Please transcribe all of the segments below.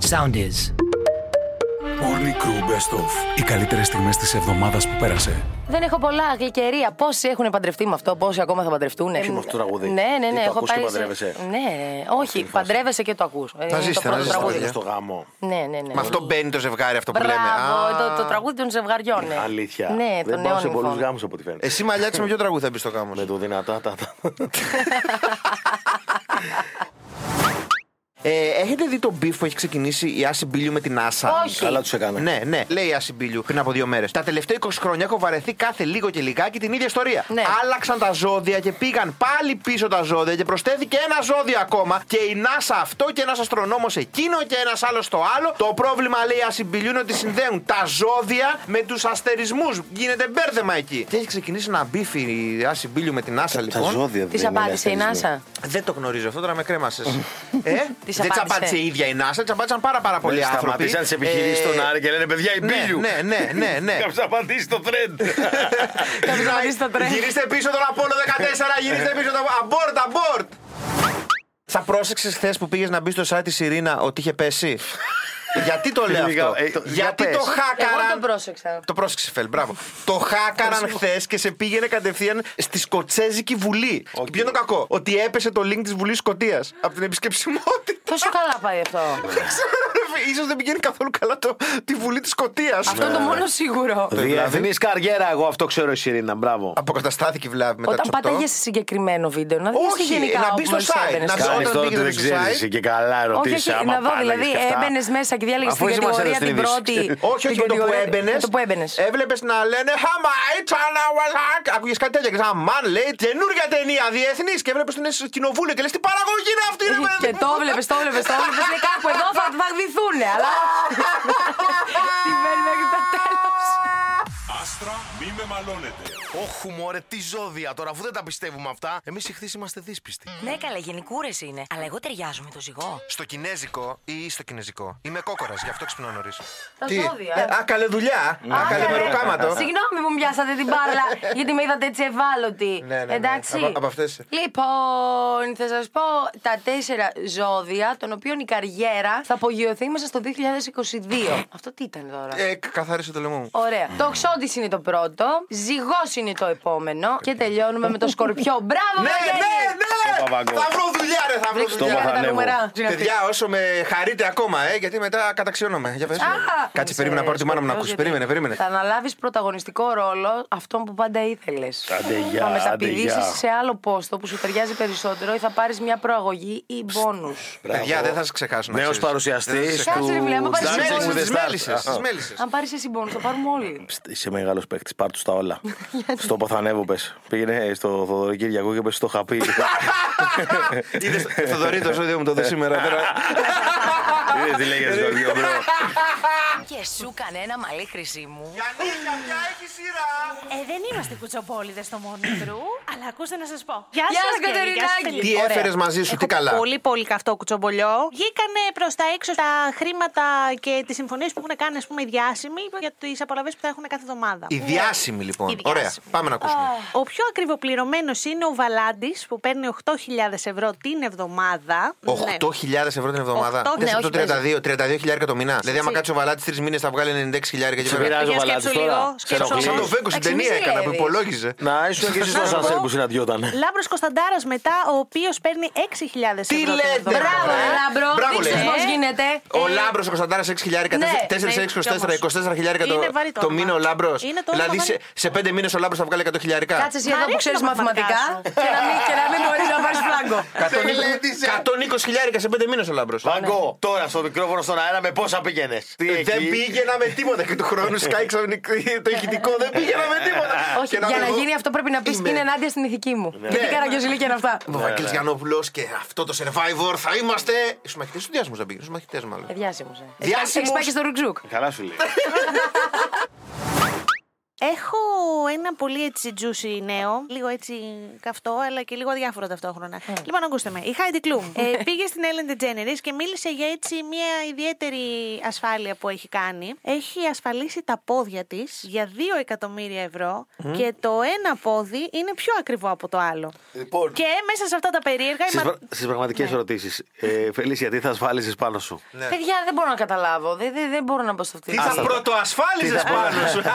sound is. Morning Crew Best Of. Οι καλύτερες στιγμές της εβδομάδας που πέρασε. Δεν έχω πολλά γλυκερία. Πόσοι έχουν παντρευτεί με αυτό, πόσοι ακόμα θα παντρευτούν. Έχει με αυτό το τραγούδι. Ναι, ναι, Τι, ναι. το έχω ακούς και πάρει σε- παντρεύεσαι. Ναι, ναι. Όχι, παντρεύεσαι και το ακούς. Να ζήσετε, να ζήσετε, Τραγούδι παιδιά. στο γάμο. Ναι, ναι, ναι. Με αυτό μπαίνει το ζευγάρι αυτό που Μπράβο, λέμε. Α, το, το τραγούδι των ζευγαριών. Ναι. Αλήθεια. Ναι, Δεν των πάω σε αιώνιων. πολλού γάμους από ό,τι Ε, φαίνεται. Εσύ μαλλιάτσε με ποιο τραγούδι θα μπεις στο κάμο. Με το δυνατά τα. τα- Ε, έχετε δει το beef που έχει ξεκινήσει η Άση Μπίλιου με την Άσα. Όχι. Καλά τους έκανα. Ναι, ναι, λέει η Άση Μπίλιου πριν από δύο μέρες. Τα τελευταία 20 χρόνια έχω βαρεθεί κάθε λίγο και λιγάκι την ίδια ιστορία. Ναι. Άλλαξαν τα ζώδια και πήγαν πάλι πίσω τα ζώδια και προσθέθηκε ένα ζώδιο ακόμα. Και η NASA αυτό και ένας αστρονόμος εκείνο και ένας άλλος το άλλο. Το πρόβλημα λέει η Άση Μπίλιου είναι ότι συνδέουν τα ζώδια με τους αστερισμούς. Γίνεται μπέρδεμα εκεί. Και έχει ξεκινήσει να μπίφει η Άση Μπίλιου με την Άσα Τα λοιπόν. ζώδια Της δεν είναι απάντησε η αστερισμό. Νάσα. Δεν το γνωρίζω αυτό, τώρα με κρέμασες. ε, Της δεν απάντησε. τσαπάτησε η ίδια η NASA, τσαπάτησαν πάρα, πάρα πολλοί Ναι, άνθρωποι. Σταματήσαν τις επιχειρήσεις Ε, των Άρη και λένε παιδιά η ναι, Μπίλιου. ναι, ναι, ναι, ναι. Κάποιος απαντήσει το thread. Κάποιος να πατήσει το τρένο. Γυρίστε πίσω τον Απόλο 14, γυρίστε πίσω τον. Αμπόρτ, αμπόρτ! Θα πρόσεξες χθες που πήγες να μπεις στο site τη Ειρήνα ότι είχε πέσει. Γιατί το λέω Λίγα, αυτό. ε, το- για Γιατί πες. το Εγώ χάκαραν. τον πρόσεξα. Το πρόσεξε, Φελ, μπράβο. το χάκαραν χθες και σε πήγαινε κατευθείαν στη Σκοτσέζικη Βουλή. Και ποιο είναι το κακό. Ότι έπεσε το link της Βουλής Σκοτίας από την επισκεψιμότητα. Τόσο καλά πάει αυτό. Δεν ξέρω, ρε φίλε, ίσως δεν πηγαίνει καθόλου καλά το, τη Βουλή Ναι. τη Σκοτία. Αυτό είναι το μόνο σίγουρο. Διεθνή καριέρα, εγώ αυτό ξέρω η Σιρήνα. Μπράβο. Αποκαταστάθηκε η βλάβη μετά Όταν τους οκτώ. πατάγε σε συγκεκριμένο βίντεο, να δει Όχι, γενικά. να όπου μπει στο μόλις site, έμπαινες. να μπει- Κάνεις όταν τώρα πήγες ότι δεν στο site- ξέρει εσύ και καλά Όχι, ερωτήσει. όχι, να δω δηλαδή. Έμπαινες μέσα και διάλεγε την κατηγορία την πρώτη. Ε, Όχι, όχι, την με το που Ε, κατηγορία- έμπαινες. με Το που έμπαινες. Έβλεπες να λένε Χαμάι, τσάνα, ουαλάκ. Ακούγες κάτι τέτοιο. και Αμάν, λέει καινούργια ταινία διεθνής. Και έβλεπες την στο κοινοβούλιο και λες τι παραγωγή είναι αυτή, ρε παιδί. Ε, Και το βλέπει, το βλέπει, το βλέπει. Είναι κάπου εδώ θα βαγδηθούν, αλλά. Τι μένει μέχρι το τέλος. Άστρα, μη με μαλώνετε. Όχι, μωρέ, τι ζώδια τώρα, αφού δεν τα πιστεύουμε αυτά. Εμείς εχθέ είμαστε δύσπιστοι. Ναι, καλά, γενικούρες είναι. Αλλά εγώ ταιριάζω με το ζυγό. Στο κινέζικο ή στο κινέζικο. Είμαι κόκορας, γι' αυτό ξυπνώ νωρίς. Τα ζώδια. Ε, Α, καλέ δουλειά. Α, καλέ μεροκάματο. ε, Συγγνώμη που μοιάσατε την μπάλα, γιατί με είδατε έτσι ευάλωτη. Ναι, ναι, ναι. Εντάξει. Από- από αυτές. Λοιπόν, θα σας πω τα τέσσερα ζώδια, των οποίων η καριέρα θα απογειωθεί μέσα στο 2022. Αυτό τι ήταν τώρα. Ε, κα- καθάρισε το λαιμό μου. Ωραία. Το ξόντις είναι το πρώτο, ζυγός είναι το επόμενο και τελειώνουμε με το σκορπιό. Μπράβο, Ναι, Βαγγέλη! Ο ναι, ναι! Παπαγκός. Θα βρω δουλειά, ρε, θα βρω Βρήκε δουλειά. τα μαθανεύω. νούμερα. Παιδιά, όσο με χαρείτε ακόμα, ε, γιατί μετά καταξιώνομαι. Για πες. Α, Κάτσε, είσαι περίμενα να πάρω τη μάνα μου να σκορπιός, ακούσει. γιατί Περίμενε, περίμενε. Θα αναλάβεις πρωταγωνιστικό ρόλο αυτόν που πάντα ήθελες. Άντε, γεια, Θα άντε, μεταπηδήσει γεια. σε άλλο πόστο που σου ταιριάζει περισσότερο ή θα πάρεις μια προαγωγή ή μπόνους. Παιδιά, δεν θα σα ξεχάσω. να Νέος ξέρεις. παρουσιαστής. Δεν θα σας Κάτσε, ρε, μιλάμε, πάρε ξεχάσω. Dancing Στις with the μέλισσες, στις μέλισσες. Αν πάρεις εσύ μπόνους, θα πάρουμε όλοι. Είσαι μεγάλος παίκτης, πάρ τους τα όλα. στο παθανεύω πες. Πήγαινε ε, στο Θοδωρή Κυριακό και πες στο χαπί. Ε, Είδες, Θοδωρή, το ζώδιο μου το δει σήμερα. τώρα. Είδε τι λέγες στο δύο μπρο. Και σου κανένα μαλλί χρυσή μου. Ε, δεν είμαστε κουτσοπόλιδες στο Morning Crew, αλλά ακούστε να σας πω. Γεια, Γεια σας, σας, Βαγγέλη, γεια σας, Κατερινάκη. Φελή. Τι Ωραία. έφερες μαζί σου, Έχω τι καλά. Πολύ, πολύ καυτό κουτσομπολιό. Βγήκανε προς τα έξω τα χρήματα και τις συμφωνίες που έχουν κάνει, ας πούμε, οι διάσημοι για τις απολαυέ που θα έχουν κάθε εβδομάδα. Η διάσημη, λοιπόν. Η διάσημη. ναι. Ωραία, πάμε να ακούσουμε. Ο πιο ακριβοπληρωμένος είναι ο Βαλάντης που παίρνει 8.000 ευρώ την εβδομάδα. Ναι. 8.000 ευρώ την εβδομάδα. Οκτώ- Δεν ναι, σε αυτό όχι, παίζει. 32, 32 χιλιάρικα το μήνα. Δηλαδή, άμα κάτσει ο βαλάτη τρεις μήνες θα βγάλει 96 χιλιάρικα και Σε πέρα. πειράζει ο Για σκέψου Βαλάντης λίγο, τώρα. Σε σκέψου ενοχλεί. Σαν το Βέγκο στην ταινία Εξήμιση έκανα που λέβεις. υπολόγιζε. Να ήσουν και εσύ Να στο σου Σανσέρ πω. που συναντιότανε. Λάμπρος Κωνσταντάρας μετά, ο οποίος παίρνει 6.000 Τι ευρώ. την λέτε, εβδομάδα. Μπράβο, Ωραία. Λάμπρο. Μπράβο, Δείξτε λέει. πώ γίνεται. Ο Ε, Λάμπρος ο Κωνσταντάρας 6 χιλιάρικα, ναι, 4 ναι, 6 24, 24 χιλιάρικα το, Είναι βαρύ το το όνομα. μήνα ο Λάμπρος. Είναι το όνομα ναι. Δηλαδή σε, βαρύ. σε 5 μήνες ο Λάμπρος θα βγάλει 100 χιλιάρικα. Κάτσε εσύ Μ' εδώ που αρέσουν ξέρει τα μαθηματικά μαθηματικά σου. και να μην- και να μην μπορεί να πάρει φλάγκο. 120 120 χιλιάρικα σε 5 μήνες ο Λάμπρος. Βαγκό, τώρα στο μικρόφωνο στον αέρα με πόσα πήγαινες. Δεν πήγαινα με τίποτα και του χρόνου σκάει ξαφνικά το ηχητικό. Δεν πήγαινα με τίποτα. Όχι, Και να για να λέγω, γίνει αυτό πρέπει να πεις είμαι- είναι ενάντια στην ηθική μου. Γιατί καραγκιόζηλίκια είναι αυτά. Ναι, Ο Βαγγέλης Γιανόπουλος και αυτό το survivor θα είμαστε. Στου μαχητέ του διάσημου δεν πήγαινες. Στου μαχητέ μάλλον. Ε, Διάσημος, ε. Διάσημος. Έχει πάει και στο ρουκζούκ. Καλά σου λέει. Έχω ένα πολύ έτσι juicy νέο. Λίγο έτσι καυτό, αλλά και λίγο αδιάφορο ταυτόχρονα. Ε. Λοιπόν, ακούστε με. Η Heidi Klum ε, πήγε στην Ellen DeGeneres και μίλησε για έτσι μια ιδιαίτερη ασφάλεια που έχει κάνει. Έχει ασφαλίσει τα πόδια της για 2 εκατομμύρια ευρώ Ε. και το ένα πόδι είναι πιο ακριβό από το άλλο. Λοιπόν. Και μέσα σε αυτά τα περίεργα. η Στι μα- πραγματικές Ναι. ερωτήσεις. Ε, Φελίσια, τι θα ασφάλιζες πάνω σου. Παιδιά, δεν μπορώ να καταλάβω. Δεν, δεν, δεν μπορώ να μπω σε αυτή Τι τη θα Άστατα. πρωτοασφάλιζες Τι θα πάνω σου.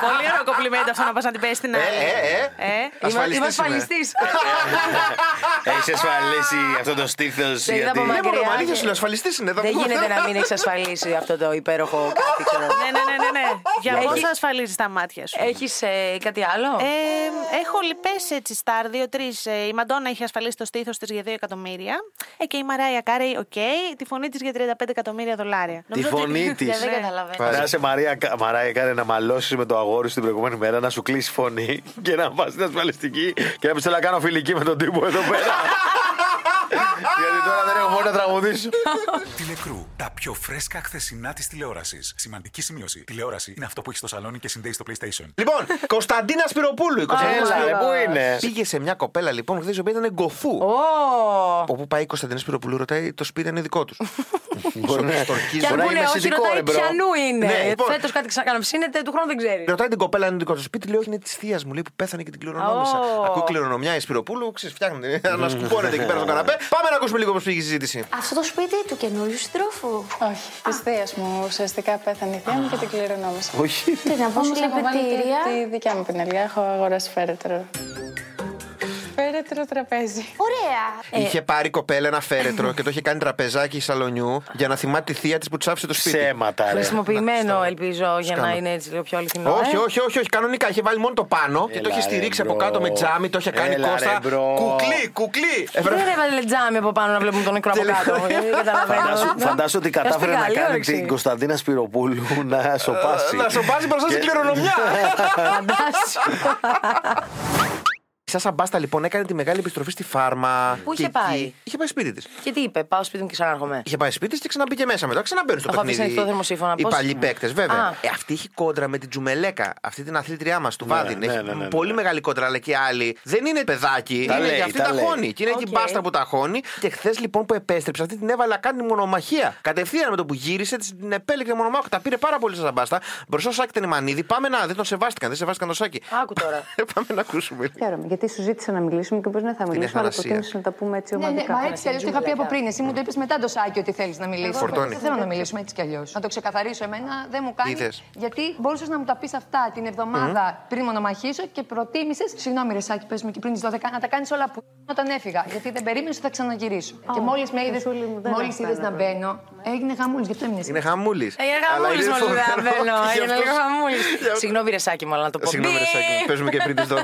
Πολύ ωραίο κομπλιμέντο αυτό να πας να την πέσει την άλλη. Ε, ε, Ε. ασφαλιστής Είμαι είμαι. ασφαλιστής. Έχεις ασφαλίσει αυτό το στήθος. Δεν Γιατί... είναι Ναι, μακριά, μόνο αλήθεια ναι. σου λέω, ασφαλιστής είναι. Δεν γίνεται να μην έχεις ασφαλίσει αυτό το υπέροχο κάτι, ξέρω. Ναι, ναι, ναι, ναι. ναι. Για Έχει- πόσα ασφαλίζεις τα μάτια σου. Έχεις κάτι άλλο. Ε, έχω λοιπέ έτσι στάρ, δύο-τρει. Η Μαντόνα έχει ασφαλίσει το στήθος της για 2 εκατομμύρια. Ε, και η Μαράια Κάρεϊ, οκ, τη φωνή της για 35 εκατομμύρια δολάρια. Τη φωνή της. δεν καταλαβαίνω. Να σε Μαρία, Κα- Μαρία κάνε να μαλώσεις με το αγόρι σου την προηγούμενη μέρα, να σου κλείσει φωνή και να πας στην ασφαλιστική και να πεις Θέλω να κάνω φιλική με τον τύπο εδώ πέρα. Γιατί τώρα δεν έχω μόνο να τραγουδήσω. Τηλεκρού. Τα πιο φρέσκα χθεσινά της τηλεόρασης. Σημαντική σημείωση. Τηλεόραση είναι αυτό που έχεις στο σαλόνι και συνδέεις στο PlayStation. Λοιπόν, Κωνσταντίνα Σπυροπούλου. η Κωνσταντίνα Έλα, ρε, Σπυροπούλου. πού είναι. Πήγε σε μια κοπέλα λοιπόν χθες η οποία ήταν γκοφού. Ω! Όπου πάει η Κωνσταντίνα Σπυροπούλου, ρωτάει το σπίτι είναι δικό τους. Μπορεί να- Και αν Μπορεί να πούνε είναι όχι, συντικό, ρωτάει ρε, μπρο. πιανού είναι. Ναι, Ναι, λοιπόν. Φέτος κάτι ξανακανοψύνεται, του χρόνου δεν ξέρει. Ρωτάει την κοπέλα αν είναι δικό του σπίτι, λέει όχι είναι της θείας μου, λέει που πέθανε και την κληρονόμησα. Ω. Ακούει κληρονομιά η Σπυροπούλου, ξέρεις, φτιάχνει να σκουπώνεται εκεί πέρα στο καναπέ. Πάμε να ακούσουμε λίγο πώς πήγε η συζήτηση. Αυτό το σπίτι του καινούριου συντρόφου. Όχι. Της θείας μου ουσιαστικά πέθανε η θεία μου και την κληρονόμησα. Όχι. Τι να πω, Όμως συλληπιτήρια. λαμβάνω τη- τη δικιά μου πινελιά. Έχω αγοράσει φέρετρο. Φέρετρο τραπέζι. Ωραία. Ε, Ε. Είχε πάρει η κοπέλα ένα φέρετρο και το είχε κάνει τραπεζάκι σαλονιού για να θυμάται τη θεία της που της άφησε το σπίτι. Ψέματα, ρε. Χρησιμοποιημένο, ελπίζω, για να Σκάμε. είναι έτσι λίγο πιο αληθινό. Όχι, ε. όχι, όχι, όχι. Κανονικά είχε βάλει μόνο το πάνω και Έλα, το είχε ρε, στηρίξει μπρο. από κάτω με τζάμι, το είχε κάνει Έλα, ρε, κόστα. μπρο. Κουκλί, κουκλί. Έπρεπε- Ε, Δεν έβαλε τζάμι από πάνω να βλέπουμε τον νεκρό από Τελικά. κάτω. ε, Δεν καταλαβαίνω. Φαντάσου, φαντάσου ότι Ας κατάφερε την να καλή κάνει όρεξη. την Κωνσταντίνα Σπυροπούλου να σοπάσει. Ε, Να σοπάζει μπροστά στην κληρονομιά. Φαντάσου. Η Σάσα Μπάστα λοιπόν έκανε τη μεγάλη επιστροφή στη φάρμα. Πού Και είχε πάει? εκεί- Είχε πάει σπίτι της. Και τι είπε, πάω σπίτι μου και ξανάρχομαι. Είχε πάει σπίτι της και ξαναμπήκε μέσα μετά. Ξαναμπαίνουν στο Αφού παιχνίδι. άφησε ανοιχτό θερμοσύφωνα, Οι πώς παλιοί είναι? παίκτες, βέβαια. Α. Ε, αυτή έχει κόντρα με την Τζουμελέκα, αυτή την αθλήτριά μας του Βάδιν. ναι, έχει ναι, ναι, ναι. πολύ μεγάλη κόντρα, αλλά και οι άλλοι δεν είναι παιδάκι. Τα είναι λέει, και αυτή τα τα λέει. χώνει. Και είναι και η Οκ. μπάστα που τα χώνει. Και χθες λοιπόν που επέστρεψε, αυτή την έβαλα κάνει μονομαχία. Κατευθείαν με το που γύρισε, της την επέλεξε μονομάχο. Τα πήρε πάρα πολύ σαν μπάστα. Μπροστά στο σάκι ήταν η Μανίδη. Πάμε να, δεν τον σεβάστηκαν, δεν σεβάστηκαν το σάκι. Άκου τώρα. Πάμε να ακούσουμε. Χαίρομαι, γιατί σου ζήτησα να μιλήσουμε και μπορεί να θα μιλήσουμε, αλλά εχαλασία. προτίμησε να τα πούμε έτσι Ναι, ναι, ομαδικά. μα έτσι κι αλλιώς το είχα πει από πριν. Εσύ μου το είπες μετά το σάκι ότι θέλεις να μιλήσεις. Φορτώνει. Δεν θέλω να μιλήσουμε έτσι κι αλλιώς. Να το ξεκαθαρίσω εμένα, δεν μου κάνει. Είδες. Γιατί μπορούσες να μου τα πεις αυτά την εβδομάδα πριν μονομαχήσω και προτίμησες. Συγγνώμη, ρε Σάκη, πες μου και πριν τις 12 να τα κάνεις όλα που όταν έφυγα. Γιατί δεν περίμενες ότι θα ξαναγυρίσω. και μόλις με είδε Βασούλη μου, δεν μόλις αυτά είδες να να μπαίνω, έγινε χαμούλης. Γιατί έμεινες. Είναι χαμούλης. Έγινε χαμούλη μόλι καταλαβαίνω. Έγινε λίγο χαμούλη. Συγγνώμη, ρεσάκι μου, αλλά να το πω. Συγγνώμη, ρε Σάκη, παίζουμε και πριν τι 12.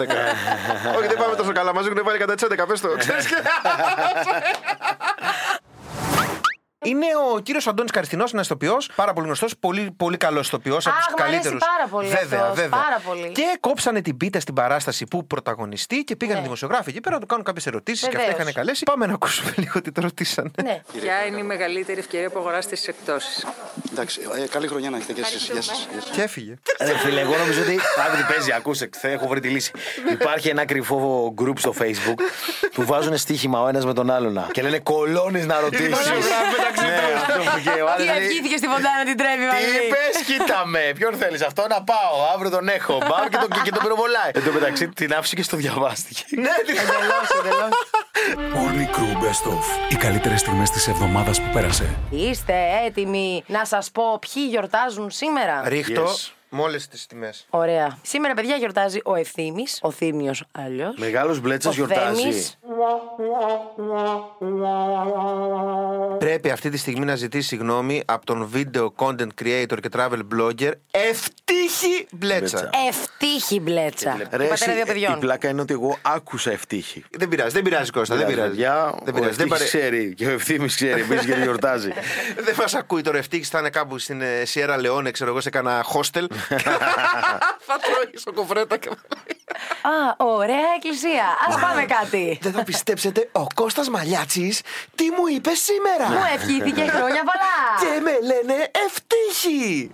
Όχι, δεν πάμε τόσο καλά. Μας έχουν βάλει κατά τις 11. Πες Ναι. το, ξέρεις. Είναι ο κύριος Αντώνης Καριστινός, ένας ηθοποιός, πάρα πολύ γνωστός, πολύ, πολύ καλός ηθοποιός, από Αχ, τους μ' αρέσει καλύτερους. πάρα πολύ Βέβαια, αυτός, βέβαια. πάρα πολύ. Και κόψανε την πίτα στην παράσταση που πρωταγωνιστεί και πήγαν οι δημοσιογράφοι εκεί πέρα να του κάνουν κάποιες ερωτήσεις και αυτά Ναι. Βεβαίως. είχαν καλέσει. Πάμε να ακούσουμε λίγο τι το ρωτήσανε. Ναι. Ποια είναι η μεγαλύτερη ευκαιρία που αγοράσετε στι εκπτώσει. Εντάξει, ε, καλή χρονιά να έχετε και εσείς. Γεια σας. Γεια σας. Και έφυγε. Ρε φίλε, εγώ νομίζω ότι. Άκου τι παίζει, ακούσε. χθε έχω βρει τη λύση. Υπάρχει ένα κρυφό group στο Facebook που βάζουν στοίχημα ο ένας με τον άλλον. Και λένε κολώνεις να Ναι, ρωτήσει. Κολώνεις μεταξύ τους. Τι δηλαδή, ευχήθηκε στη φωντάνα την τρέβη, Τι Βαλή. είπες, κοίτα με. Ποιον θέλεις αυτό να πάω. Αύριο τον έχω. Πάω και τον, και τον πυροβολάει. Εν τω μεταξύ την άφησε και στο διαβάστηκε. Ναι, Εντελώς, εντελώς. Morning Crew Best Of. Οι καλύτερες στιγμές της εβδομάδας που πέρασε. Είστε έτοιμοι να σας πω ποιοι γιορτάζουν σήμερα. Ρίχτω Yes. με όλες τις τιμέ. Ωραία. Σήμερα, παιδιά, γιορτάζει ο Ευθύμης, ο Θήμιος αλλιώς. Μεγάλος μπλέτσας Ο γιορτάζει. Θέμης. Πρέπει αυτή τη στιγμή να ζητήσει συγγνώμη από τον video content creator και travel blogger Ευτύχη Μπλέτσα. Μπλέτσα. Ευτύχη μπλέτσα. Ρε, Και πατέρα εσύ, δύο η παιδιών. πλάκα είναι ότι εγώ άκουσα ευτύχη. Δηλαδή, Δεν πειράζει, δεν πειράζει Κώστα, δεν πειράζει. παιδιά, δεν ο πειράζει. Δεν, ευτύχης παρε... ξέρει και ο ευθύμης ξέρει επίσης γιατί γιορτάζει. δεν μας ακούει τώρα. Ευτύχης θα είναι κάπου στην ε, Sierra Leone, ξέρω εγώ, σε κάνα hostel. θα τρώει σοκοφρέτα. και- Α, ωραία εκκλησία. Ναι. Α πάμε κάτι. δεν θα πιστέψετε, ο Κώστας Μαλιάτσης τι μου είπε Ναι. σήμερα. Μου ευχήθηκε χρόνια πολλά. και με λένε Ευτύχη.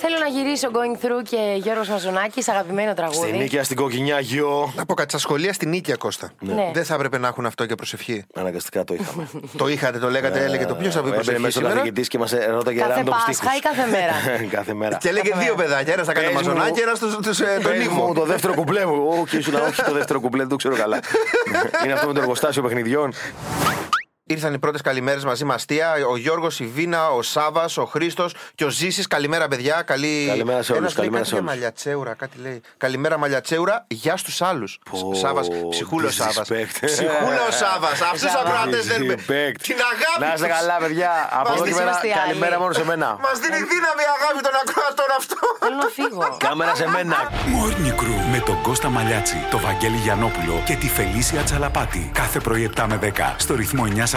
Θέλω να γυρίσω Going Through και Γιώργος Μαζονάκης, αγαπημένο τραγούδι. στην κοκκινιά, γιο. Να πω κάτι. Στα σχολεία στην νίκαια, Κώστα. Ναι. Δεν θα έπρεπε να έχουν αυτό και προσευχή. Αναγκαστικά το είχαμε. το είχατε, το λέγατε, Ε, έλεγε το ποιος θα πει Έμπαινε προσευχή Ναι. μέσα ο σήμερα. καθηγητής και μας ε, ρώταγε Κάθε random Πάσχα στίχους. ή κάθε μέρα? κάθε μέρα. Και έλεγε δύο παιδάκια. Ένας θα κάνει Πες μου- μαζονάκι, ένας ε, τον πες ήχο. μου Το δεύτερο κουμπλέ μου. Όχι, ήσουν όχι το δεύτερο κουμπλέ, δεν το ξέρω καλά. Είναι αυτό με το εργοστάσιο παιχνιδιών. Ήρθαν οι πρώτες καλημέρες μαζί με αστεία. Ο Γιώργος, η Βίνα, ο Σάβας, ο Χρήστος και ο Ζήσης. Καλημέρα, παιδιά. Καλή... Καλημέρα σε όλους, Ένας λέει καλημέρα κάτι σε για όλους. μαλιατσέουρα, κάτι λέει. Καλημέρα, μαλιατσέουρα. Γεια στους άλλους. Σάβας, ψυχούλος Σάβα. disrespect. Ψυχούλος Σάβας. Αυτούς του ακροατές δεν Disrespect. Την αγάπη. Να είστε τους. καλά, παιδιά. Από Μας εδώ και δίνει- πέρα, είμαστε άλλοι. καλημέρα μόνο σε μένα. Μας δίνει δύναμη η αγάπη των ακροατών αυτό. Θέλω να φύγω. Κάμερα σε μένα. Morning Crew με τον Κώστα Μαλιάτση, τον Βαγγέλη Γιανόπουλο και τη Φελίσια Τσαλαπάτη. Κάθε πρωί 7 με 10 στο ρυθμό 949.